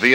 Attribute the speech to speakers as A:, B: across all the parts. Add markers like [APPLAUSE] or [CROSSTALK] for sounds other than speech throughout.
A: The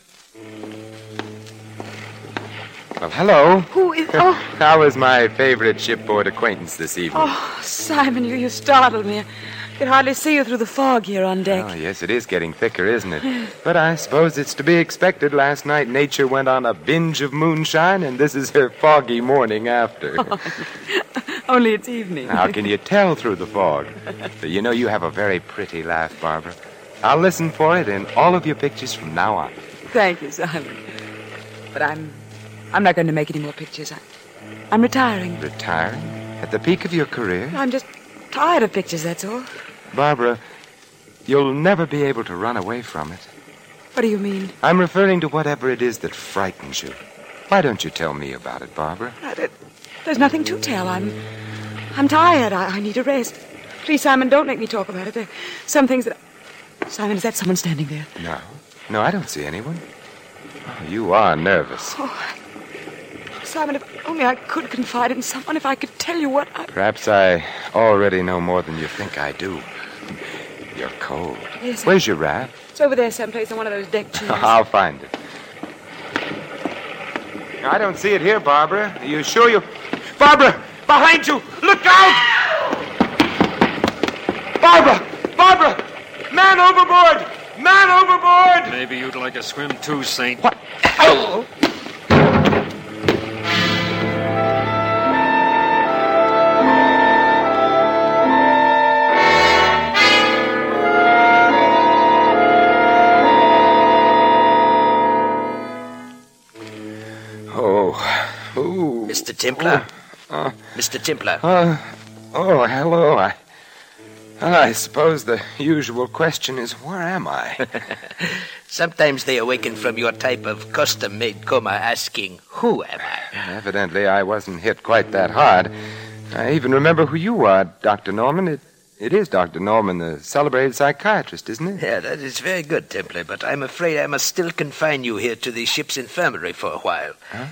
B: Well, hello.
C: Who is. Oh,
B: How is my favorite shipboard acquaintance this evening?
C: oh Simon, you, you startled me. I could hardly see you through the fog here on deck.
B: Oh, yes, it is getting thicker, isn't it? But I suppose it's to be expected. Last night, nature went on a binge of moonshine, and this is her foggy morning after.
C: Only it's evening.
B: How can you tell through the fog? But you know, you have a very pretty laugh, Barbara. I'll listen for it in all of your pictures from now on.
C: Thank you, Simon. But I'm. I'm not going to make any more pictures. I, I'm retiring.
B: Retiring? At the peak of your career?
C: I'm just tired of pictures, that's all.
B: Barbara, you'll never be able to run away from it.
C: What do you mean?
B: I'm referring to whatever it is that frightens you. Why don't you tell me about it, Barbara?
C: I, Uh, there- there's nothing to tell. I'm. I'm tired. I, I need a rest. Please, Simon, don't make me talk about it. There are some things that. Simon, is that someone standing there?
B: No. No, I don't see anyone. Oh, you are nervous.
C: Oh, Simon, if only I could confide in someone, if I could tell you what I.
B: Perhaps I already know more than you think I do. You're cold.
C: Yes.
B: Where's your wrap?
C: It's over there someplace on one of those deck chairs.
B: I'll find it. I don't see it here, Barbara. Are you sure you. Barbara! Behind you! Look out! Barbara! Barbara! Man overboard! Man overboard!
D: Maybe you'd like a swim too, Saint.
B: What? Oh, Oh. Ooh.
E: Mr. Templar? Mr. Templar,
B: Uh, oh, hello. I, I suppose the usual question is where am I?
E: sometimes they awaken from your type of custom made coma asking, Who am I?
B: Evidently, I wasn't hit quite that hard. I even remember who you are, Dr. Norman. It, it is Dr. Norman, the celebrated psychiatrist, isn't it?
E: Yeah, that is very good, Templar, but I'm afraid I must still confine you here to the ship's infirmary for a while.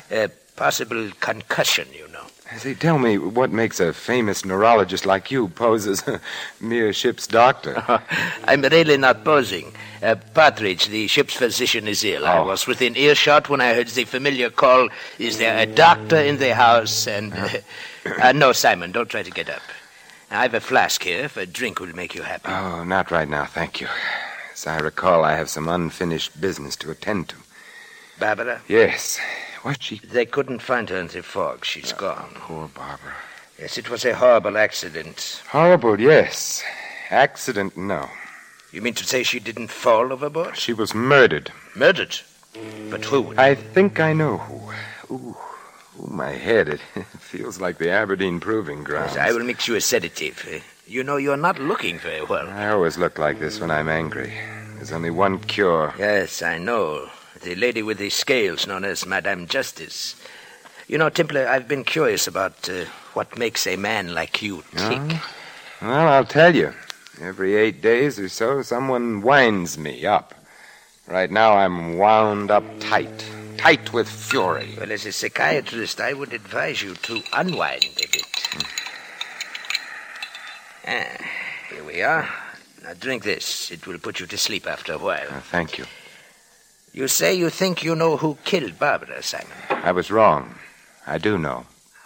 E: A possible concussion, you know.
B: See, tell me what makes a famous neurologist like you pose as a mere ship's doctor.
E: I'm really not posing. Uh, Partridge, the ship's physician, is ill. I
B: Oh.
E: was within earshot when I heard the familiar call, Is there a doctor in the house? And. Uh, [LAUGHS] uh, no, Simon, don't try to get up. I've a flask here if a drink will make you happy.
B: Oh, not right now, thank you. As I recall, I have some unfinished business to attend to.
E: Barbara?
B: Yes. Was she
E: They couldn't find her in the fog. She's gone.
B: poor, Barbara?
E: Yes, it was a horrible accident.
B: Horrible, yes. Accident, no.
E: You mean to say she didn't fall overboard?
B: She was murdered.
E: Murdered? But who would?
B: I think I know who. Ooh, ooh my head. It [LAUGHS] feels like the Aberdeen Proving Grounds.
E: I will mix you a sedative. Uh, You know, you're not looking very well.
B: I always look like this when I'm angry. There's only one cure.
E: Yes, I know. The lady with the scales, known as Madame Justice. You know, Templar, I've been curious about uh, what makes a man like you tick.
B: Well, I'll tell you. Every eight days or so, someone winds me up. Right now, I'm wound up tight. Tight with fury.
E: Well, as a psychiatrist, I would advise you to unwind a bit. Ah, here we are. Now drink this. It will put you to sleep after a
B: Uh,
E: while.
B: thank you.
E: You say you think you know who killed Barbara, Simon.
B: I was wrong. I do know.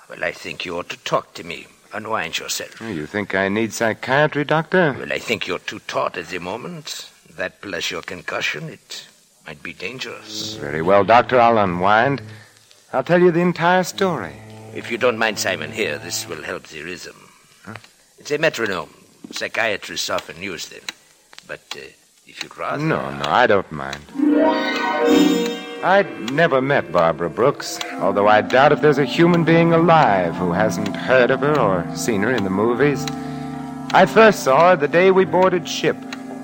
E: Well, I think you ought to talk to me. Unwind yourself.
B: You think I need psychiatry, Doctor?
E: Well, I think you're too taut at the moment. That plus your concussion, it might be dangerous.
B: Very well, Doctor. I'll unwind. I'll tell you the entire story.
E: If you don't mind, Simon, here, this will help the rhythm. It's a metronome. Psychiatrists often use them. But uh, if you'd rather.
B: No, no, I don't mind. I'd never met Barbara Brooks, although I doubt if there's a human being alive who hasn't heard of her or seen her in the movies. I first saw her the day we boarded ship.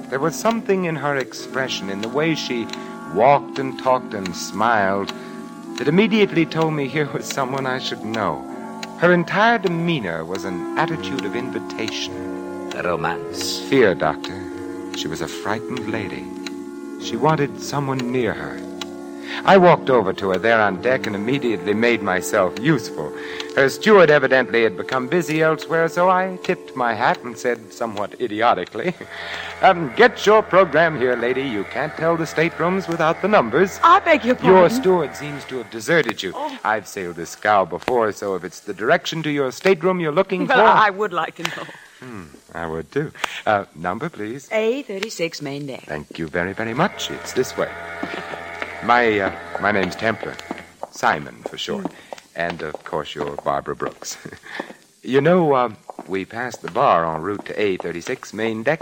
B: There was something in her expression, in the way she walked and talked and smiled, that immediately told me here was someone I should know. Her entire demeanor was an attitude of invitation.
E: The romance.
B: Fear, Doctor. She was a frightened lady. She wanted someone near her. I walked over to her there on deck and immediately made myself useful. Her steward evidently had become busy elsewhere, so I tipped my hat and said somewhat idiotically, [LAUGHS] um, Get your program here, lady. You can't tell the staterooms without the numbers.
C: I beg your pardon. Oh.
B: Your steward seems to have deserted you. I've sailed this scow before, so if it's the direction to your stateroom you're looking
C: Well,
B: for,
C: I would like to know.
B: I would too. Uh, number, please.
C: A36 main deck.
B: Thank you very, very much. It's this way. My uh, my name's Templar, Simon for short, and of course you're Barbara Brooks. [LAUGHS] you know, uh, we passed the bar en route to A36 main deck.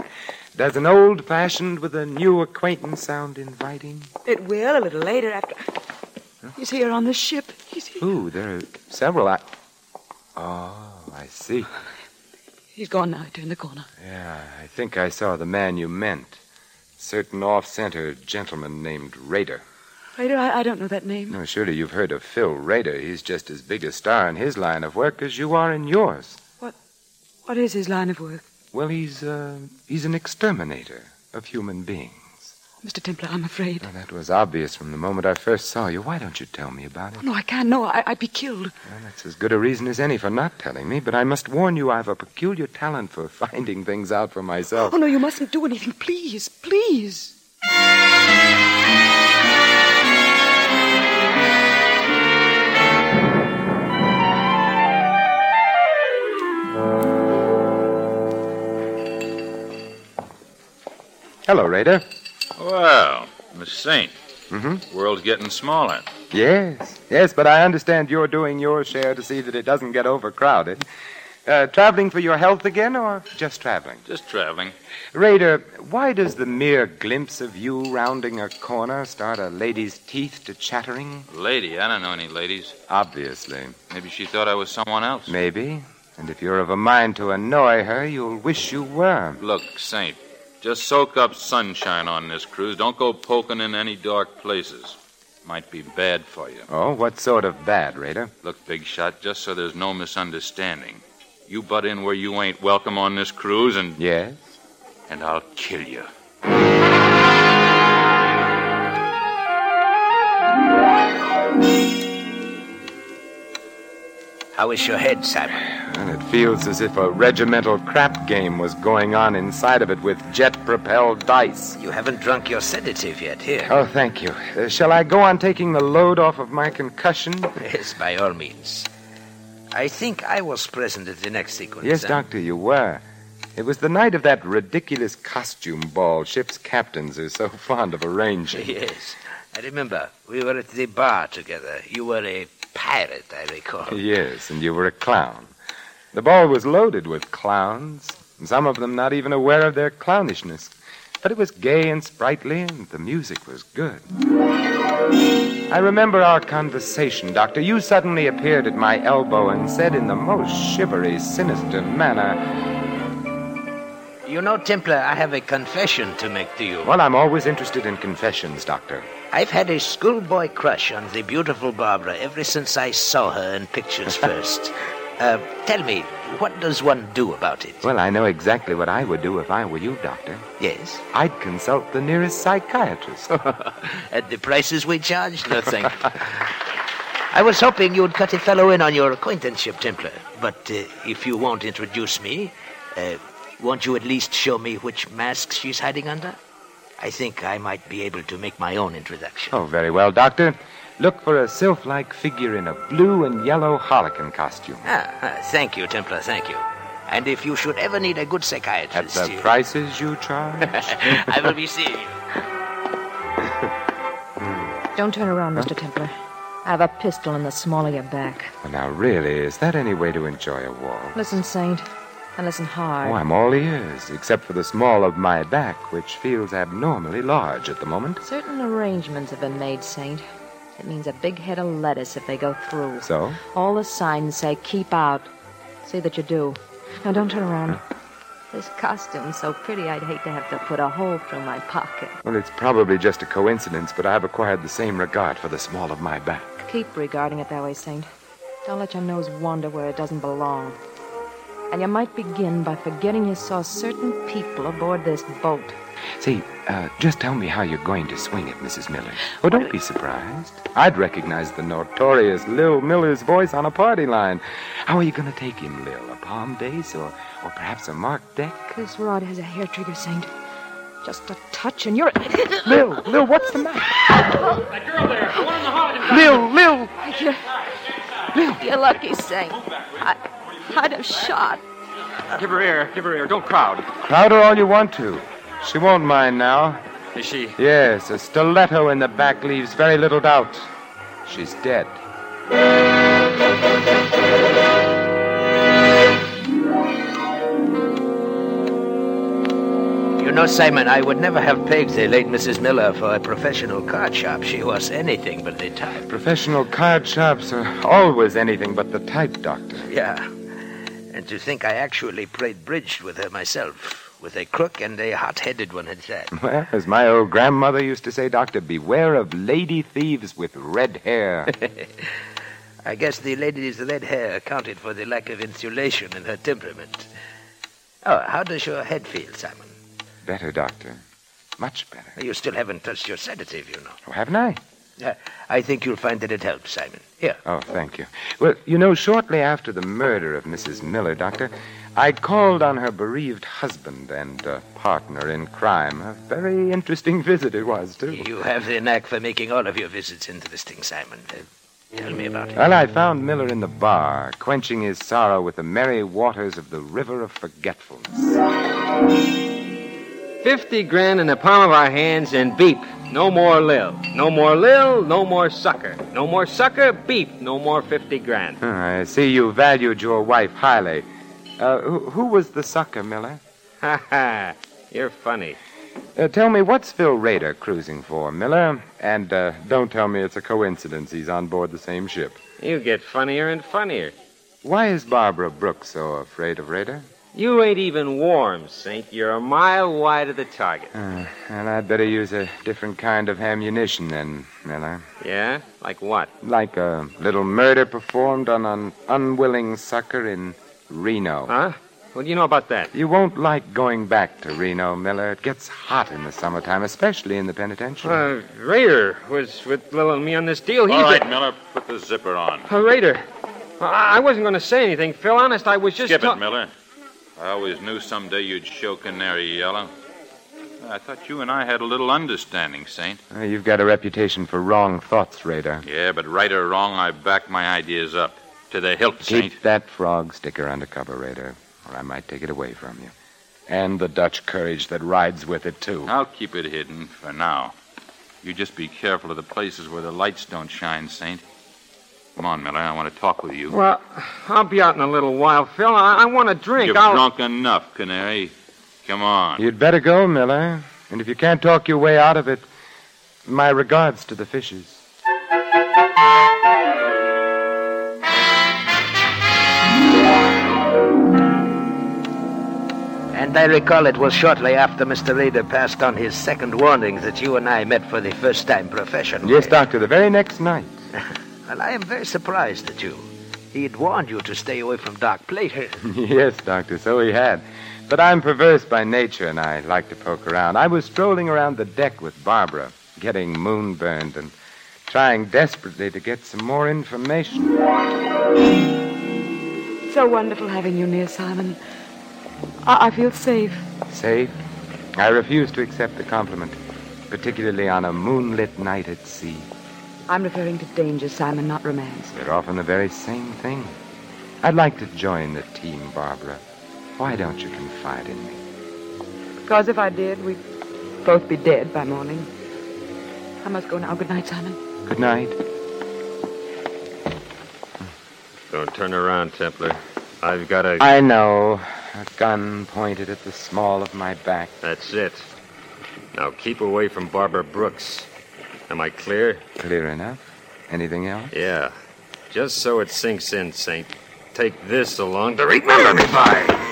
B: Does an old-fashioned with a new acquaintance sound inviting?
C: It will a little later after. He's here on the ship. He's here.
B: Ooh, there are several. I... Oh, I see.
C: He's gone now. Turn the corner.
B: Yeah, I think I saw the man you meant. Certain off-center gentleman named Raider.
C: Waiter, I, I don't know that name.
B: No, surely you've heard of Phil Raider. He's just as big a star in his line of work as you are in yours.
C: What is his line of work?
B: Well, he's uh, he's an exterminator of human beings.
C: Mr. Templar, I'm afraid.
B: Now, that was obvious from the moment I first saw you. Why don't you tell me about it?
C: Oh, No, I can't. No, I, I'd be killed.
B: Well, that's as good a reason as any for not telling me. But I must warn you, I've a peculiar talent for [LAUGHS] finding things out for myself.
C: Oh, no, you mustn't do anything. Please, please.
B: Hello, Raider.
F: Well, Miss Saint. Mm-hmm. World's getting smaller.
B: Yes, yes, but I understand you're doing your share to see that it doesn't get overcrowded. Uh, traveling for your health again, or just traveling?
F: Just traveling.
B: Raider, why does the mere glimpse of you rounding a corner start a lady's teeth to chattering?
F: Lady, I don't know any ladies.
B: Obviously.
F: Maybe she thought I was someone else.
B: Maybe. And if you're of a mind to annoy her, you'll wish you were.
F: Look, Saint. Just soak up sunshine on this cruise. Don't go poking in any dark places. Might be bad for you.
B: Oh, what sort of bad, Raider?
F: Look, Big Shot, just so there's no misunderstanding. You butt in where you ain't welcome on this cruise, and,
B: Yes?
F: and I'll kill you.
E: How is your head, Simon?
B: And it feels as if a regimental crap game was going on inside of it with jet propelled dice.
E: You haven't drunk your sedative yet. Here.
B: Oh, thank you. Uh, shall I go on taking the load off of my concussion?
E: Yes, by all means. I think I was present at the next sequence.
B: Yes,
E: huh?
B: Doctor, you were. It was the night of that ridiculous costume ball ship's captains are so [LAUGHS] fond of arranging.
E: [LAUGHS] Yes. I remember. We were at the bar together. You were a pirate, I recall.
B: yes, and you were a clown. The ball was loaded with clowns, and some of them not even aware of their clownishness. But it was gay and sprightly, and the music was good. I remember our conversation, Doctor. You suddenly appeared at my elbow and said in the most shivery, sinister manner,
E: You know, Templar, I have a confession to make to you.
B: Well, I'm always interested in confessions, Doctor.
E: I've had a schoolboy crush on the beautiful Barbara ever since I saw her
B: [LAUGHS]
E: in pictures first. uh, tell me, what does one do about it?
B: Well, I know exactly what I would do if I were you, Doctor.
E: Yes?
B: I'd consult the nearest psychiatrist. [LAUGHS]
E: At the prices we charge? No, thank you. I was hoping you'd cut a fellow in on your acquaintanceship, Templar. But uh, if you won't introduce me, uh, won't you at least show me which mask she's hiding under? I think I might be able to make my own introduction.
B: oh, very well, Doctor. Look for a sylph like figure in a blue and yellow harlequin costume.
E: Ah, ah, thank you, Templar, thank you. And if you should ever need a good
B: At
E: psychiatrist,
B: the
E: you-
B: prices you charge?
E: [LAUGHS]
B: [LAUGHS]
E: I will be seeing you.
G: Don't turn around, Mr. Templar. I have a pistol in the small of your back.
B: Well, now, really, is that any way to enjoy a waltz?
G: Listen, Saint, and listen hard.
B: Oh, I'm all ears, except for the small of my back, which feels abnormally large at the moment.
G: Certain arrangements have been made, Saint. It means a big head of lettuce if they go through.
B: So?
G: All the signs say keep out. See that you do. Now don't turn around. This costume's so pretty I'd hate to have to put a hole through my pocket.
B: Well, it's probably just a coincidence, but I've acquired the same regard for the small of my back.
G: Keep regarding it that way, Saint. Don't let your nose wander where it doesn't belong. And you might begin by forgetting you saw certain people aboard this boat.
B: See, uh, just tell me how you're going to swing it, Mrs. Miller. Oh, don't be surprised. I'd recognize the notorious Lil Miller's voice on a party line. How are you going to take him, Lil? A palm base or, or perhaps a marked deck?
G: This rod has a hair trigger, Saint. Just a touch and you're. [LAUGHS] I
B: Lil, Lil, what's the matter?
D: That girl there, the one in the hall.
B: Lil, Lil!
G: can't. You're lucky, Saint. I, I'd have shot.
D: Give her air. Give her air. Don't crowd.
B: Crowd her all you want to. She won't mind now.
D: Is she?
B: Yes, a stiletto in the back leaves very little doubt. She's dead.
E: You know, Simon, I would never have pegged the late Mrs. Miller for a professional card shop. She was anything but the type.
B: Professional card shops are always anything but the type, Doctor.
E: Yeah. And to think I actually played bridge with her myself, with a crook and a hot headed one at that.
B: Well, as my old grandmother used to say, Doctor, beware of lady thieves with red hair.
E: I guess the lady's red hair accounted for the lack of insulation in her temperament. Oh, how does your head feel, Simon?
B: better, Doctor. Much better.
E: You still haven't touched your sedative, you know.
B: Oh, haven't I?
E: I think you'll find that it helps, Simon. Here.
B: Oh, thank you. Well, you know, shortly after the murder of Mrs. Miller, Doctor, I called on her bereaved husband and uh, partner in crime. A very interesting visit it was, too.
E: You have the knack for making all of your visits interesting, Simon. Uh, tell me about it.
B: Well, I found Miller in the bar, quenching his sorrow with the merry waters of the river of forgetfulness.
H: 50 grand in the palm of our hands and beep. No more Lil. No more Lil, no more sucker. No more sucker, beep. No more 50 grand. [LAUGHS]
B: Huh, I see you valued your wife highly. Uh, who, who was the sucker, Miller?
H: Ha ha. You're funny.
B: Uh, tell me, what's Phil Rader cruising for, Miller? And uh, don't tell me it's a coincidence he's on board the same ship.
H: You get funnier and funnier.
B: Why is Barbara Brooks so afraid of Rader?
H: You ain't even warm, Saint. You're a mile wide of the target.
B: Uh, well, I'd better use a different kind of ammunition then, Miller.
H: Yeah? Like what?
B: Like a little murder performed on an unwilling sucker in Reno.
H: Huh? What do you know about that?
B: You won't like going back to Reno, Miller. It gets hot in the summertime, especially in the penitentiary.
H: Uh, Raider was with Lil and me on this deal. He's
F: All right,
H: a...
F: Miller, put the zipper on.
H: Uh, Raider. I-, I wasn't going to say anything, Phil. Honest, I was just.
F: Skip
H: ta-
F: it, Miller. I always knew someday you'd show Canary Yellow. I thought you and I had a little understanding, Saint.
B: Uh, you've got a reputation for wrong thoughts, Raider.
F: Yeah, but right or wrong, I back my ideas up. To the hilt, Saint.
B: Keep that frog sticker under cover, Raider, or I might take it away from you. And the Dutch courage that rides with it, too.
F: I'll keep it hidden for now. You just be careful of the places where the lights don't shine, Saint. Come on, Miller. I want to talk with you.
H: Well, I'll be out in a little while, Phil. I, I want a drink.
F: You're
H: I'll...
F: drunk enough, Canary. Come on.
B: You'd better go, Miller. And if you can't talk your way out of it, my regards to the fishes.
E: And I recall it was shortly after Mr. Rader passed on his second warning that you and I met for the first time professionally.
B: Yes, Doctor, the very next [LAUGHS] night.
E: Well, I am very surprised at you. He had warned you to stay away from
B: [LAUGHS]
E: dark places.
B: yes, Doctor, so he had. But I'm perverse by nature, and I like to poke around. I was strolling around the deck with Barbara, getting moonburned and trying desperately to get some more information.
C: So wonderful having you near, Simon. I, I feel safe.
B: Safe? I refuse to accept the compliment, particularly on a moonlit night at sea.
C: I'm referring to danger, Simon, not romance.
B: They're often the very same thing. I'd like to join the team, Barbara. Why don't you confide in me?
C: Because if I did, we'd both be dead by morning. I must go now. Good night, Simon.
B: Good night.
H: Don't turn around, Templar. I've got a.
B: I know. A gun pointed at the small of my back.
H: That's it. Now keep away from Barbara Brooks. Am I clear?
B: Clear enough. Anything else?
H: Yeah. Just so it sinks in, Saint. Take this along to remember me by.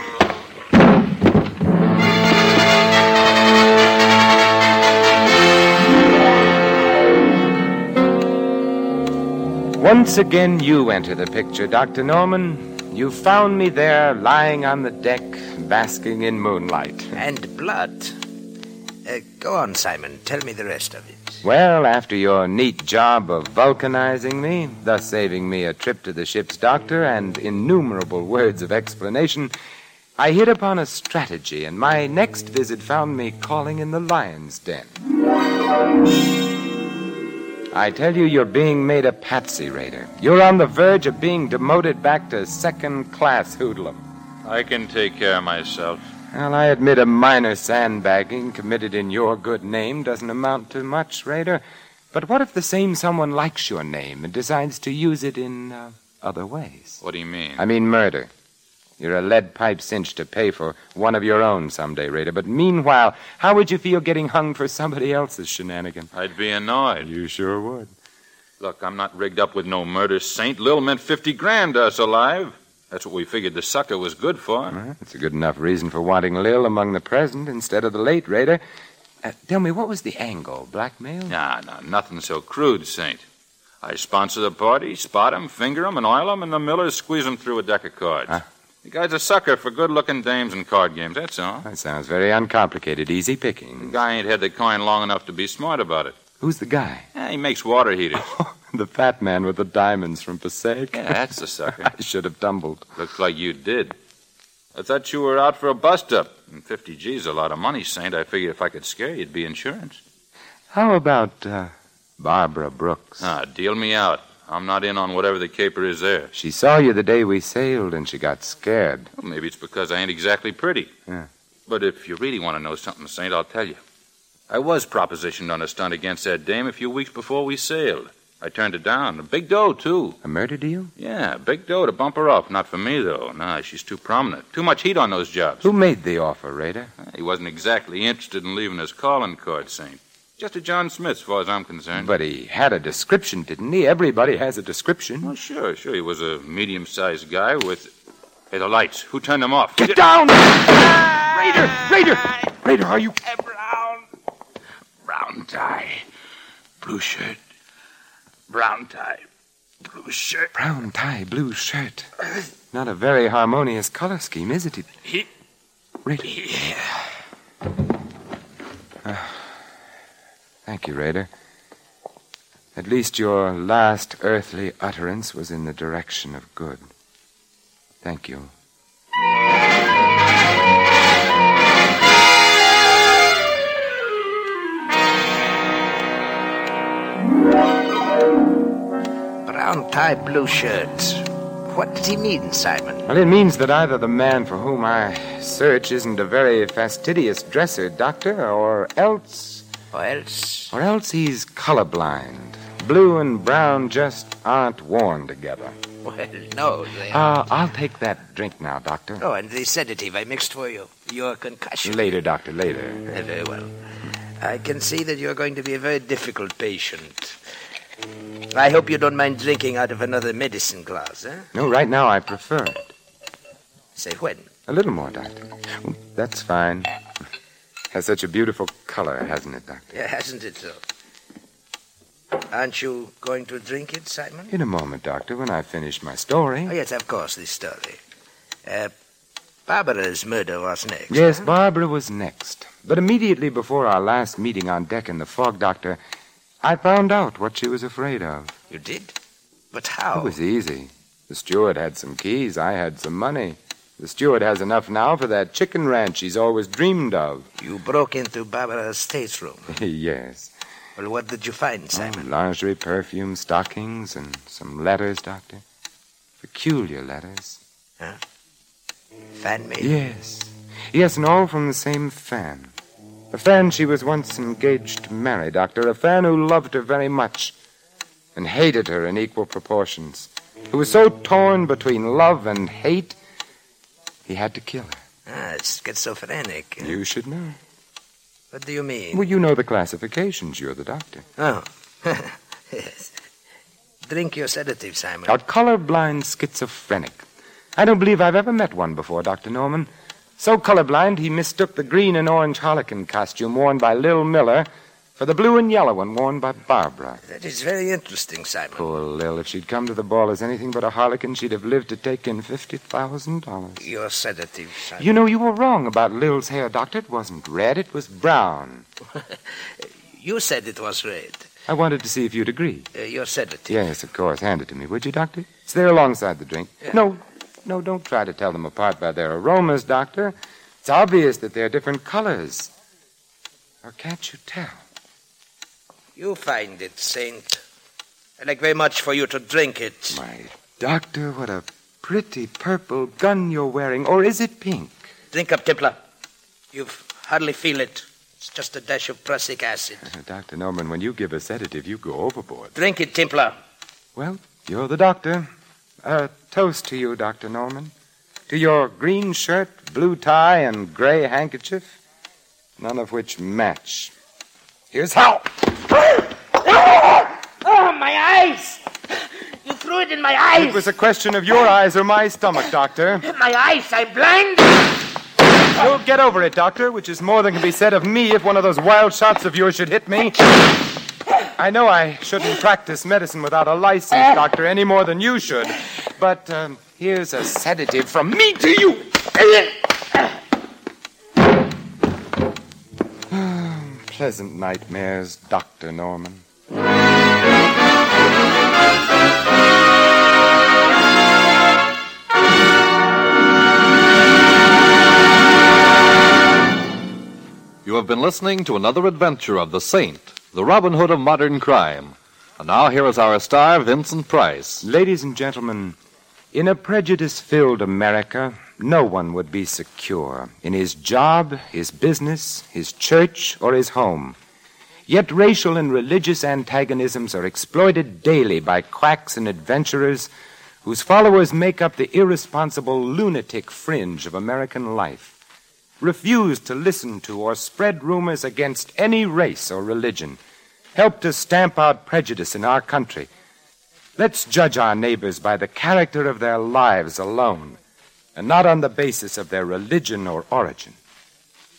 B: Once again, you enter the picture, Dr. Norman. You found me there, lying on the deck, basking in moonlight.
E: And blood. Uh, go on, Simon. Tell me the rest of it.
B: Well, after your neat job of vulcanizing me, thus saving me a trip to the ship's doctor and innumerable words of explanation, I hit upon a strategy, and my next visit found me calling in the lion's den. I tell you, you're being made a patsy raider. You're on the verge of being demoted back to second class hoodlum.
F: I can take care of myself.
B: Well, I admit a minor sandbagging committed in your good name doesn't amount to much, Raider. But what if the same someone likes your name and decides to use it in uh, other ways?
F: What do you mean?
B: I mean murder. You're a lead pipe cinch to pay for one of your own someday, Raider. But meanwhile, how would you feel getting hung for somebody else's shenanigan?
F: I'd be annoyed.
B: You sure would.
F: Look, I'm not rigged up with no murder saint. Lil meant 50 grand to us alive. That's what we figured the sucker was good for.
B: Well, that's a good enough reason for wanting Lil among the present instead of the late, Raider. Uh, tell me, what was the angle? Blackmail?
F: Nah, nah, nothing so crude, Saint. I sponsor the party, spot 'em, finger 'em, and oil 'em, and the millers squeeze 'em through a deck of cards.
B: Huh?
F: The guy's a sucker for good looking dames and card games, that's all.
B: That sounds very uncomplicated. Easy
F: The
B: picking.
F: guy ain't had the coin long enough to be smart about it.
B: Who's the guy? [LAUGHS]
F: Eh, he makes water heaters.
B: the fat man with the diamonds from Passaic?
F: yeah, that's the sucker.
B: [LAUGHS] I should have tumbled.
F: Looks like you did. I thought you were out for a bust up. And 50 G's a lot of money, Saint. I figured if I could scare you, it'd be insurance.
B: How about uh, Barbara Brooks?
F: Ah, deal me out. I'm not in on whatever the caper is there.
B: She saw you the day we sailed and she got scared.
F: Well, maybe it's because I ain't exactly pretty.
B: Yeah.
F: But if you really want to know something, Saint, I'll tell you. I was propositioned on a stunt against that dame a few weeks before we sailed. I turned it down. A big dough, too.
B: A murder deal?
F: Yeah, big dough to bump her off. Not for me, though. Nah, she's too prominent. Too much heat on those jobs.
B: Who made the offer, Raider?
F: He wasn't exactly interested in leaving his calling card, Saint. Just a John Smith, as far as I'm concerned.
B: But he had a description, didn't he? Everybody has a description.
F: Well, sure, sure. He was a medium sized guy with. Hey, the lights. Who turned them off?
B: Get down! Raider! Raider! Raider, are you.
I: Brown tie, blue shirt. Brown tie, blue shirt.
B: Brown tie, blue shirt. Not a very harmonious color scheme, is it?
I: He-
B: Raider. Ah. thank you, Raider. At least your last earthly utterance was in the direction of good. Thank you.
E: Brown tie, blue shirt. What did he mean, Simon?
B: Well, it means that either the man for whom I search isn't a very fastidious dresser, Doctor, or else.
E: Or else.
B: or else he's colorblind. Blue and brown just aren't worn together.
E: Well, no. They...
B: Uh, I'll take that drink now, Doctor.
E: Oh, and the sedative I mixed for you. Your concussion.
B: Later, Doctor, later.
E: Uh, Very well. I can see that you're going to be a very difficult patient. I hope you don't mind drinking out of another medicine glass, eh?
B: No, right now I prefer it.
E: Say when?
B: A little more, Doctor. Mm, That's fine. Has such a beautiful color, hasn't it, Doctor?
E: Yeah, [LAUGHS] hasn't it so? Aren't you going to drink it, Simon?
B: In a moment, Doctor, when I finish my story.
E: Oh, yes, of course, this story. Uh, Barbara's murder was next.
B: Yes,
E: huh?
B: Barbara was next. But immediately before our last meeting on deck in the fog, Doctor, I found out what she was afraid of.
E: You did? But how?
B: It was easy. The steward had some keys. I had some money. The steward has enough now for that chicken ranch he's always dreamed of. [LAUGHS]
E: You broke into Barbara's stateroom.
B: yes.
E: Well, what did you find, Simon?
B: Oh, lingerie, perfume, stockings, and some letters, Doctor. Peculiar letters.
E: Fan me?
B: Yes. Yes, and all from the same fan. A fan she was once engaged to marry, Doctor. A fan who loved her very much and hated her in equal proportions. Who was so torn between love and hate, he had to kill her.
E: Ah, it's schizophrenic.
B: You should know.
E: What do you mean?
B: Well, you know the classifications. You're the doctor.
E: Oh. [LAUGHS] yes. Drink your sedative, Simon.
B: A colorblind schizophrenic. I don't believe I've ever met one before, Dr. Norman. So colorblind, he mistook the green and orange harlequin costume worn by Lil Miller for the blue and yellow one worn by Barbara.
E: That is very interesting, Simon.
B: Poor Lil, if she'd come to the ball as anything but a harlequin, she'd have lived to take in $50,000.
E: Your sedative, Simon.
B: You know, you were wrong about Lil's hair, Doctor. It wasn't red, it was brown.
E: You said it was red.
B: I wanted to see if you'd agree.
E: Uh, your sedative.
B: Yes, of course. Hand it to me, would you, Doctor? It's there alongside the drink. No, no, don't try to tell them apart by their aromas, Doctor. It's obvious that they're different colors. Or can't you tell?
E: You find it, Saint. I like very much for you to drink it.
B: My doctor, what a pretty purple gun you're wearing. Or is it pink?
E: Drink up, Templar. You hardly feel it. It's just a dash of prussic acid.
B: Dr. Uh, Norman, when you give a sedative, you go overboard.
E: Drink it, Templar.
B: Well, you're the doctor. A toast to you, Dr. Norman. To your green shirt, blue tie, and gray handkerchief, none of which match. Here's how.
J: Oh, my eyes! You threw it in my
B: It
J: eyes!
B: was a question of your eyes or my stomach, Doctor.
J: My eyes, I'm blind!
B: You'll get over it, Doctor, which is more than can be said of me if one of those wild shots of yours should hit me. I know I shouldn't practice medicine without a license, Doctor, any more than you should. But um, here's a sedative from me to you. [SIGHS] Pleasant nightmares, Dr. Norman.
A: You have been listening to another adventure of the Saint, the Robin Hood of modern crime. And now here is our star, Vincent Price.
B: Ladies and gentlemen, in a prejudice filled America, no one would be secure in his job, his business, his church, or his home. Yet racial and religious antagonisms are exploited daily by quacks and adventurers whose followers make up the irresponsible lunatic fringe of American life. Refuse to listen to or spread rumors against any race or religion. Help to stamp out prejudice in our country. Let's judge our neighbors by the character of their lives alone, and not on the basis of their religion or origin.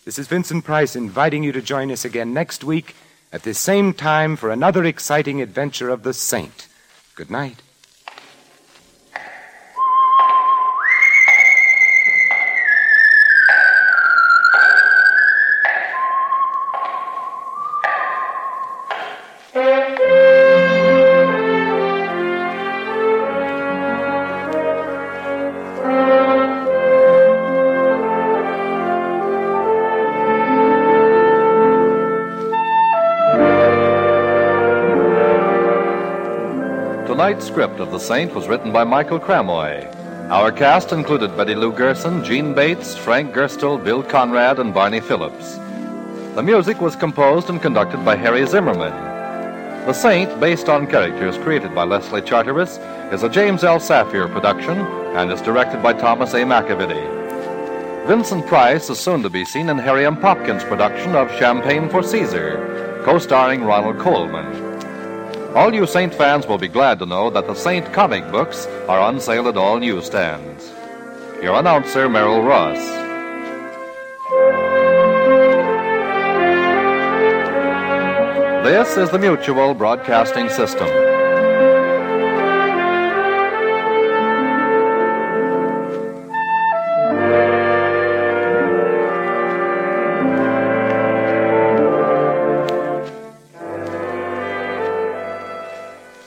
B: This is Vincent Price inviting you to join us again next week at this same time for another exciting adventure of the saint. Good night.
A: Tonight's script of The Saint was written by Michael Cramoy. Our cast included Betty Lou Gerson, Gene Bates, Frank Gerstel, Bill Conrad, and Barney Phillips. The music was composed and conducted by Harry Zimmerman. The Saint, based on characters created by Leslie Charteris, is a James L. Saphir production and is directed by Thomas A. McAvity. Vincent Price is soon to be seen in Harry M. Popkin's production of Champagne for Caesar, co starring Ronald Coleman. All you Saint fans will be glad to know that the Saint comic books are on sale at all newsstands. Your announcer, Merrill Ross. This is the Mutual Broadcasting System.